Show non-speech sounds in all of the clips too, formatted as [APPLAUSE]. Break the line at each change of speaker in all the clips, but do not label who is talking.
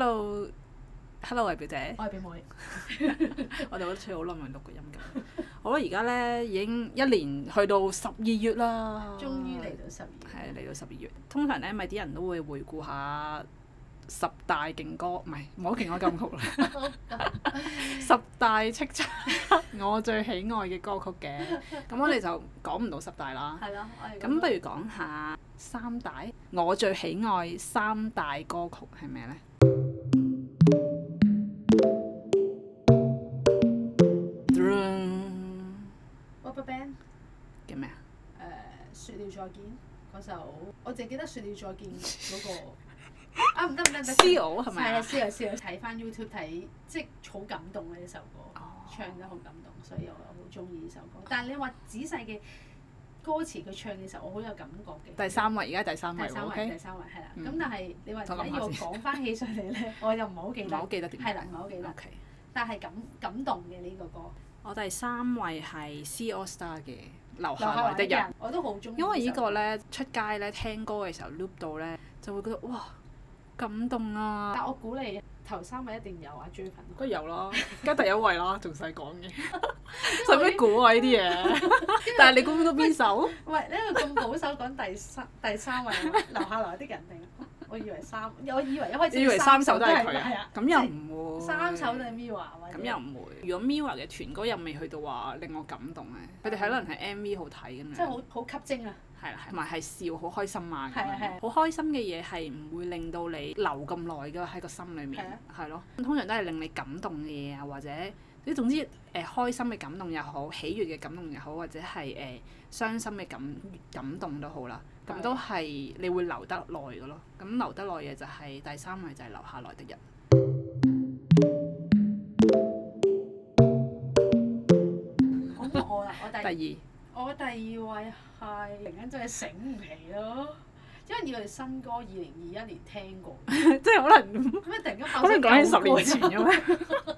Hello，Hello 啊表姐， [LAUGHS]
我係表妹，
哦我哋好似好耐冇錄過音咁。
[LAUGHS]
好啦，而家咧已經一年去到十二月啦，
終於嚟到十二
係嚟到十二月。通常咧咪啲人都會回顧下十大勁歌，唔係唔好勁歌金曲
[LAUGHS]
啦，十大叱咤我最喜愛嘅歌曲嘅。咁我哋就講唔到十大啦。
係咯，我哋
咁不如講下三大我最喜愛三大歌曲係咩呢？
Rubber Band
叫咩啊？
誒説了再見嗰首，我淨係記得説了再見嗰個
[LAUGHS]
啊，唔得唔得唔得
Seal 係咪
係啊
啊
，Seal Seal 睇翻 YouTube 睇，即係好感動嘅呢首歌，
哦
唱得好感動，所以我好中意呢首歌。但係你話仔細嘅歌詞佢唱嘅時候，我好有感覺嘅。
第三位，而家第三位
第
喎
三位，第
，OK，
三位係啦。
嗯
咁但係你話
我諗
而家
下
要我
先
講翻起上嚟咧，我又唔係好記
唔
得
係好，記得點解。
係啦，唔係好記得，
OK，
但係感感動嘅呢個歌。
我第三位係 C All Star 嘅《留
留下
下
來
來的人》，
我都好中意。
因為呢個，呢，出街呢，聽歌嘅時候 loop 到呢，就會覺得哇感動啊！
但我估你頭三位一定有啊，追粉。
梗係有
[LAUGHS]
啦，梗係第一位啦，仲使講嘅，使乜估啊呢啲嘢？但係你估唔到邊首？
喂，呢個咁保守講第三 [LAUGHS] 第三位啊，留下來啲人定？我以為三，我以為一開始
你以為三首
首
都
係
係佢
係
啊
啊？？
咁又唔會。
即係三首都係 Miwa 或者
咁又唔會。如果 Mira 嘅團歌又未去到話令我感動咧，佢哋可能係 MV 好睇咁樣。
即係好好吸睛啊！
[LAUGHS] 係啦，同埋係笑好開心啊咁
係啊係啊
樣，好開心嘅嘢係唔會令到你留咁耐㗎喺個心裏
係啊
面，係咯。通常都係令你感動嘅嘢啊，或者即總之誒、呃、開心嘅感動又好，喜悅嘅感動又好，或者係誒、呃、傷心嘅感感動都好啦。咁
係
都係你會留得耐嘅咯。咁留得耐嘅就係第三位就係留下來的人。
咁我啦，我第
第
我第二位係突然間真係醒唔起咯，因為以為新歌二零二一年
[LAUGHS]
聽過，
二，即係可能
咁啊突然間
可能講緊十年前
舊歌
咁樣。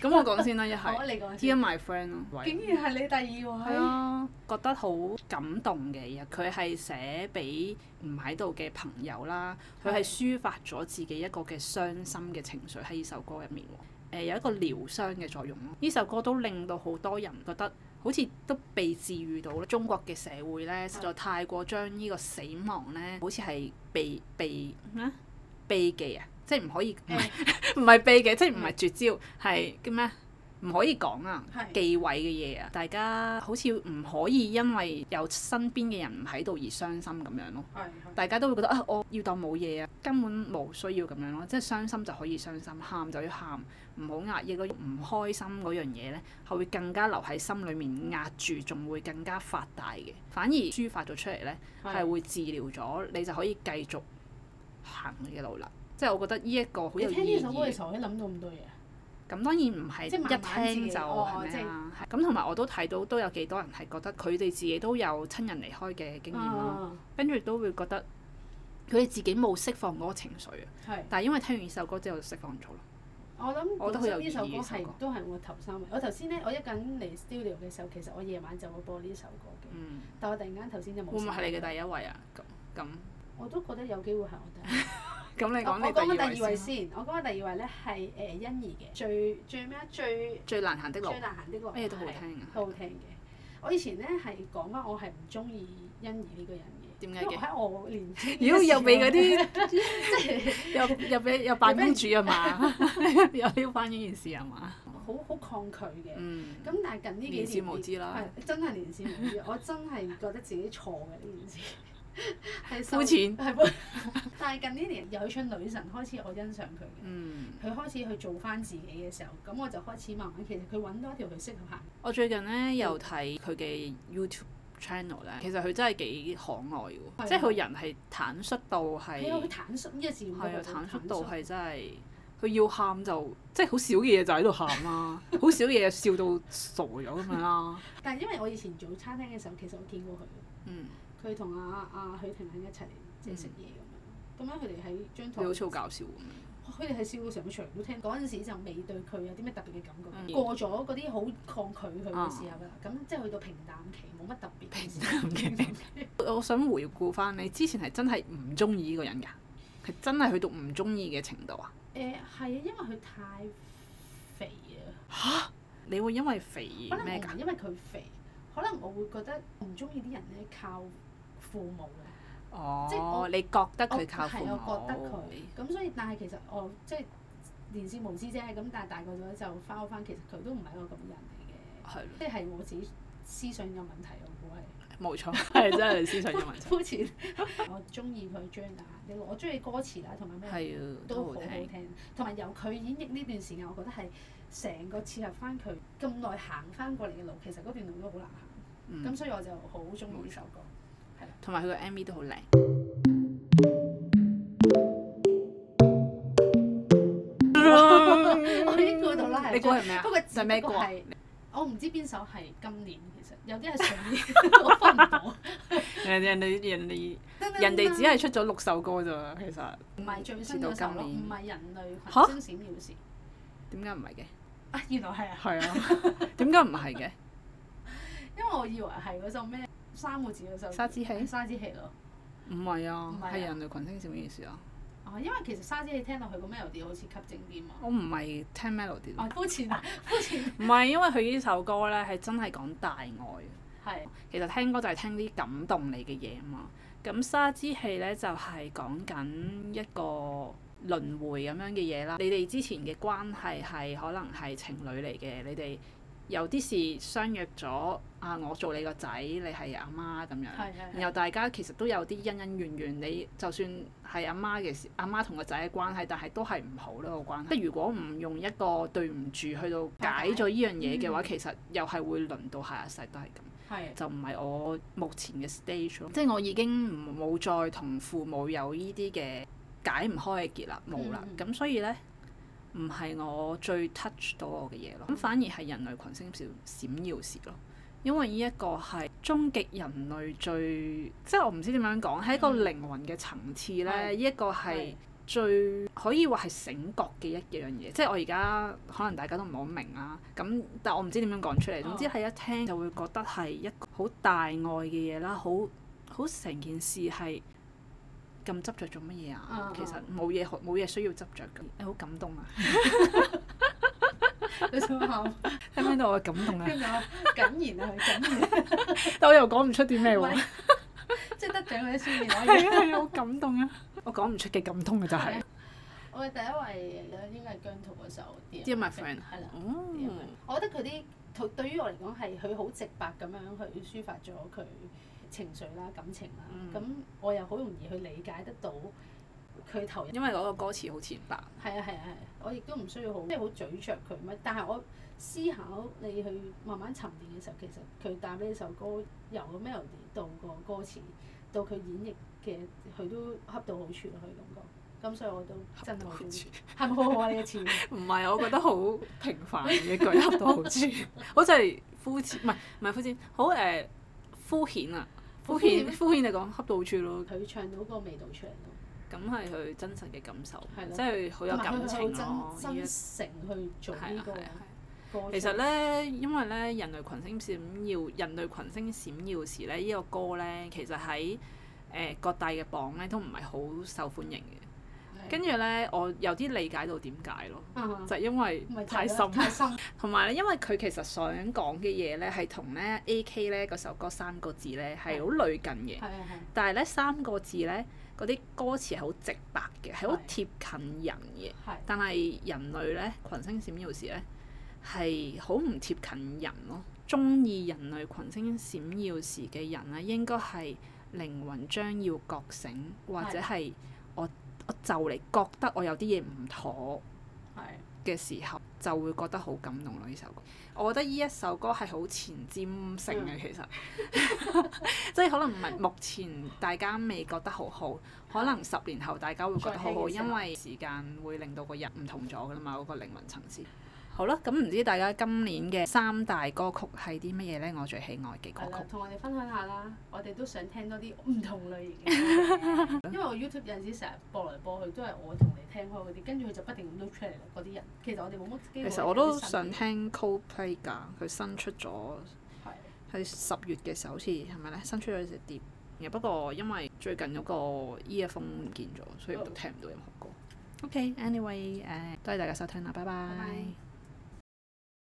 咁我講先啦，一係
[LAUGHS] 好，你講
Dear
先。
My Friend 咯。
竟然係你第二
係
位。
啊，覺得好感動嘅。佢係寫俾唔喺度嘅朋友啦，佢係
係
抒發咗自己一個嘅傷心嘅情緒喺呢首歌入面喎。誒、有一個療傷嘅作用咯。呢首歌都令到好多人覺得好似都被治癒到咧。中國嘅社會咧，實在太過將呢個死亡咧，好似係被被咩啊避忌啊，即係唔可以唔係唔係避忌，即係唔係絕招，係叫咩啊？唔可以講啊，
係
忌諱嘅嘢啊，大家好似唔可以因為有身邊嘅人唔喺度而傷心咁樣咯。
係係。
大家都會覺得啊，我要當冇嘢啊，根本冇需要咁樣咯。即係傷心就可以傷心，喊就要喊，唔好壓抑咯。唔開心嗰樣嘢呢，係會更加留喺心裡面壓住，仲會更加發大
嗯
嘅。反而抒發咗出嚟呢，係會治療咗，你就可以繼續行你嘅路啦。即係我覺得呢一個好
你
有
聽呢
意
首歌嘅
義。
時候，你諗到咁多嘢啊？
咁當然唔係
即係慢慢
一
自
聽
己
就
哦
係咩啦。係咁同埋我都睇到都有幾多人係覺得佢哋自己都有親人離開嘅經驗啦。
啊，
跟住都會覺得佢哋自己冇釋放嗰個情緒啊，
係，
但係因為聽完呢首歌之後就釋放咗咯。
我諗
我覺得好有
呢首
意義
歌
呢首
係
歌
都係我頭三位。我頭先咧，我一緊嚟 studio 嘅時候，其實我夜晚就會播呢首歌嘅，
嗯，
但我突然間頭先就冇。
會唔會係你嘅第一位啊？咁咁
我都覺得有機會係我第一位。
咁，你
哦我
講
我講
你
緊
第
第
二
二
位
位
先啦。
先，我講緊第二位咧係誒欣宜嘅最最咩啊最
最難行的路
最，難行的路，
咩都好
係
聽啊。
好好聽嘅。我以前咧係講翻我係唔中意欣宜呢個人嘅，
點解
因為
嘅？
喺我年青嘅
[LAUGHS]
時候
妖又俾嗰
即係。 [LAUGHS]
啲 [LAUGHS] 又又俾又扮公主啊嘛， [LAUGHS] 又撩翻呢件事啊嘛。
好好抗拒嘅。
嗯，
咁但係近呢幾
年
年
少無知啦，
係真係年少無知，我真係覺得自己錯嘅呢
[LAUGHS]
件事。係受
膚淺
係膚 [LAUGHS] 但係近呢年由佢唱女神開始，我欣賞佢嘅。
嗯。
佢開始去做翻自己嘅時候，咁我就開始慢慢其實佢揾到一條佢適合行。
我最近咧
嗯
又睇佢嘅 YouTube channel 咧，其實佢真係幾可愛嘅
係啊
喎，即係佢人係坦率到係。
係啊，佢坦率呢個字用
係
得
啊，
好
坦率度係真係，佢要喊就即係好少嘅嘢就喺度喊
[LAUGHS]
啦，好少嘢笑到傻咗咁樣啦。
但係因為我以前做餐廳嘅時候，其實我見過佢。
嗯，
佢同阿阿許廷鏗一齊即係食嘢咁樣，咁樣佢哋喺張
佢
台
好似好搞笑咁樣。
佢哋係笑到成個場都聽，嗰陣時就未對佢有啲咩特別嘅感覺。
嗯啊
過咗嗰啲好抗拒佢嘅時候啦，咁、即係去到平淡期，冇乜特別嘅時候。
平淡我想回顧翻你之前係真係唔中意呢個人㗎，係真係去到唔中意嘅程度啊？
誒係啊，因為佢太肥啊。
你會因為肥
可
而
能
咩
我
㗎？
唔因為佢肥，可能我會覺得唔中意啲人咧靠父母嘅。即係
哦
我，
你覺得
我
佢靠父
係
母
我覺得佢咁，所以但係其實我即係年少無知啫。咁但係大個咗就翻返，其實佢都唔係一個咁嘅人嚟
係咯
嘅，即係我自己思想有問題，我估係。
冇錯，係真係思想嘅問題。
膚淺，我中意佢張雅，你我中意歌詞啦，同埋咩
係啊，
都
都
好
好
好
聽。
聽，同埋由佢演繹呢段時間，我覺得係成個切合翻佢咁耐行翻過嚟嘅路，其實嗰段路都好難行。
嗯
咁所以我就好中意呢首歌。
同埋佢個 MV 都好靚。
我已經估到啦，係。
你估係咩啊
不過
就係咩歌啊
係我唔知邊首係今年，其實有啲係上年， [LAUGHS] 我分唔到。
人人哋人哋 [LAUGHS]
啊
人哋只係出咗六首歌咋，其實
唔係最新
至
嗰
到
首
今
咯，
年
唔係人類
吓
群星閃耀時。
點解唔係嘅？
啊，原來係啊，
係啊， [LAUGHS] 點解唔係嘅？
因為我以為係嗰首咩三個字嗰首。
沙之
係
氣
沙之氣咯。
唔係啊
唔係，啊
係人類群星閃耀時啊！
哦，因為其實沙之氣聽落去個 melody 好似吸睛啲嘛。
我唔係聽 melody 咯
哦，膚淺啊，膚淺
唔係因為佢呢首歌咧係真係講大愛嘅。
[LAUGHS] 係
其實聽歌就係聽啲感動你嘅嘢啊嘛。咁沙之氣咧就係講緊一個輪迴咁樣嘅嘢啦。你哋之前嘅關係係可能係情侶嚟嘅，你哋有啲事相約咗啊，我做你個仔，你係阿媽咁樣。
係係
然後大家其實都有啲恩恩怨怨，你就算係阿媽嘅事，阿媽同個仔嘅關係，但係都係唔好咯個關係。即係如果唔用一個對唔住去到解咗呢樣嘢嘅話，
嗯
其實又係會輪到下一世都係咁。
係
就唔係我目前嘅 stage 咯，即係我已經唔冇再同父母有呢啲嘅解唔開嘅結啦，冇啦
嗯。
咁、所以呢，唔係我最 touch 到我嘅嘢咯，咁反而係人類群星閃閃耀時咯。因為呢一個係終極人類最，即係我唔知點樣講，喺一個
嗯
靈魂嘅層次呢，
係
呢一個係
係
最可以話係醒覺嘅一樣嘢，即係我而家可能大家都唔係好明啦，咁但我唔知點樣講出嚟。總之係一聽就會覺得係一個好大愛嘅嘢啦，好好成件事係咁執着做乜嘢
嗯
啊
嗯？
其實冇嘢可冇嘢需要執着㗎，誒好感動啊！
你想喊，
聽唔聽到我嘅感動啊？
跟住 [LAUGHS] 我緊言啊，緊言
但我又講唔出啲咩
唔
喎。
係 [LAUGHS] 即係得獎嗰啲先面可以。
[LAUGHS] 係啊係啊，好感動啊！我講唔出嘅感動嘅就係。
我嘅第一位咧應該係姜濤嗰首《
Dear My Friend
係啦。Dear
哦
My Friend 我覺得佢啲對對於我嚟講係佢好直白咁樣去抒發咗佢情緒啦、感情啦，
嗯
咁、我又好容易去理解得到佢投入。
因為嗰個歌詞好淺白。
係啊係啊係啊，我亦都唔需要好即係好咀嚼佢乜，但係我思考你去慢慢沉澱嘅時候，其實佢帶呢首歌由個 melody 到個歌詞，到佢演繹嘅，佢都恰到好處咯，佢感覺。咁所以我都真係好中意，係咪好好啊？呢個詞語
唔係，我覺得好平凡嘅一句恰到好處，好似係膚淺，唔係唔係膚淺，好誒、呃膚淺啊！
好
膚
膚
淺
淺
膚淺嚟講恰到好處咯，
佢唱到個味道出嚟咯。
咁係佢真實嘅感受，
係咯
即係好有
同埋
感
佢
情咯
好。真
呢一
真誠去做
係
呢
啊
個
係啊係啊
歌
其實
出
咧，因為咧，人類群星閃耀，人類群星閃耀時咧，呢、個歌咧，其實喺誒、呃各大嘅榜咧都唔係好受歡迎嘅。
嚟
跟住咧，我有啲理解到點解咯，
啊
就係因為
唔係
太
就係
深
咯。太
[LAUGHS]
深
同埋咧，因為佢其實想講嘅嘢咧，係同咧 A.K. 咧嗰首歌三個字咧係好類近嘅，
係係
但係咧三個字咧嗰啲歌詞係好直白嘅，係好貼近人嘅。
係
但係人類咧，群星閃耀時咧係好唔貼近人咯。中意人類群星閃耀時嘅人咧，應該係靈魂將要覺醒，或者係我我就嚟覺得我有啲嘢唔妥。
係
嘅時候就會覺得好感動咯！呢首歌，我覺得呢一首歌係好前瞻性
嗯
嘅，其實 [LAUGHS] 即係可能唔係目前大家未覺得好好，可能十年後大家會覺得好
再聽
好，
嘅時候
因為時間會令到個人唔同咗㗎啦嘛，嗰、個靈魂層次。好啦，咁唔知大家今年嘅三大歌曲係啲乜嘢呢？我最喜愛嘅歌
係啦
曲，
同我哋分享下啦，我哋都想聽多啲唔同類型嘅
[LAUGHS]
歌，因為我 YouTube 有陣時成日播嚟播去都係我同你聽開嗰啲，跟住佢就不定咁 loop 出嚟啦嗰啲人。其實我哋冇乜機會。
其實我都想。聽 Coldplay 㗎，佢新出咗
係
喺十月嘅時候，好似係咪呢？新出咗隻碟，嘅。不過因為最近嗰個 earphone 唔見咗，所以都聽唔到任何歌。OK，anyway，誒、多謝大家收聽啦，拜
拜拜
拜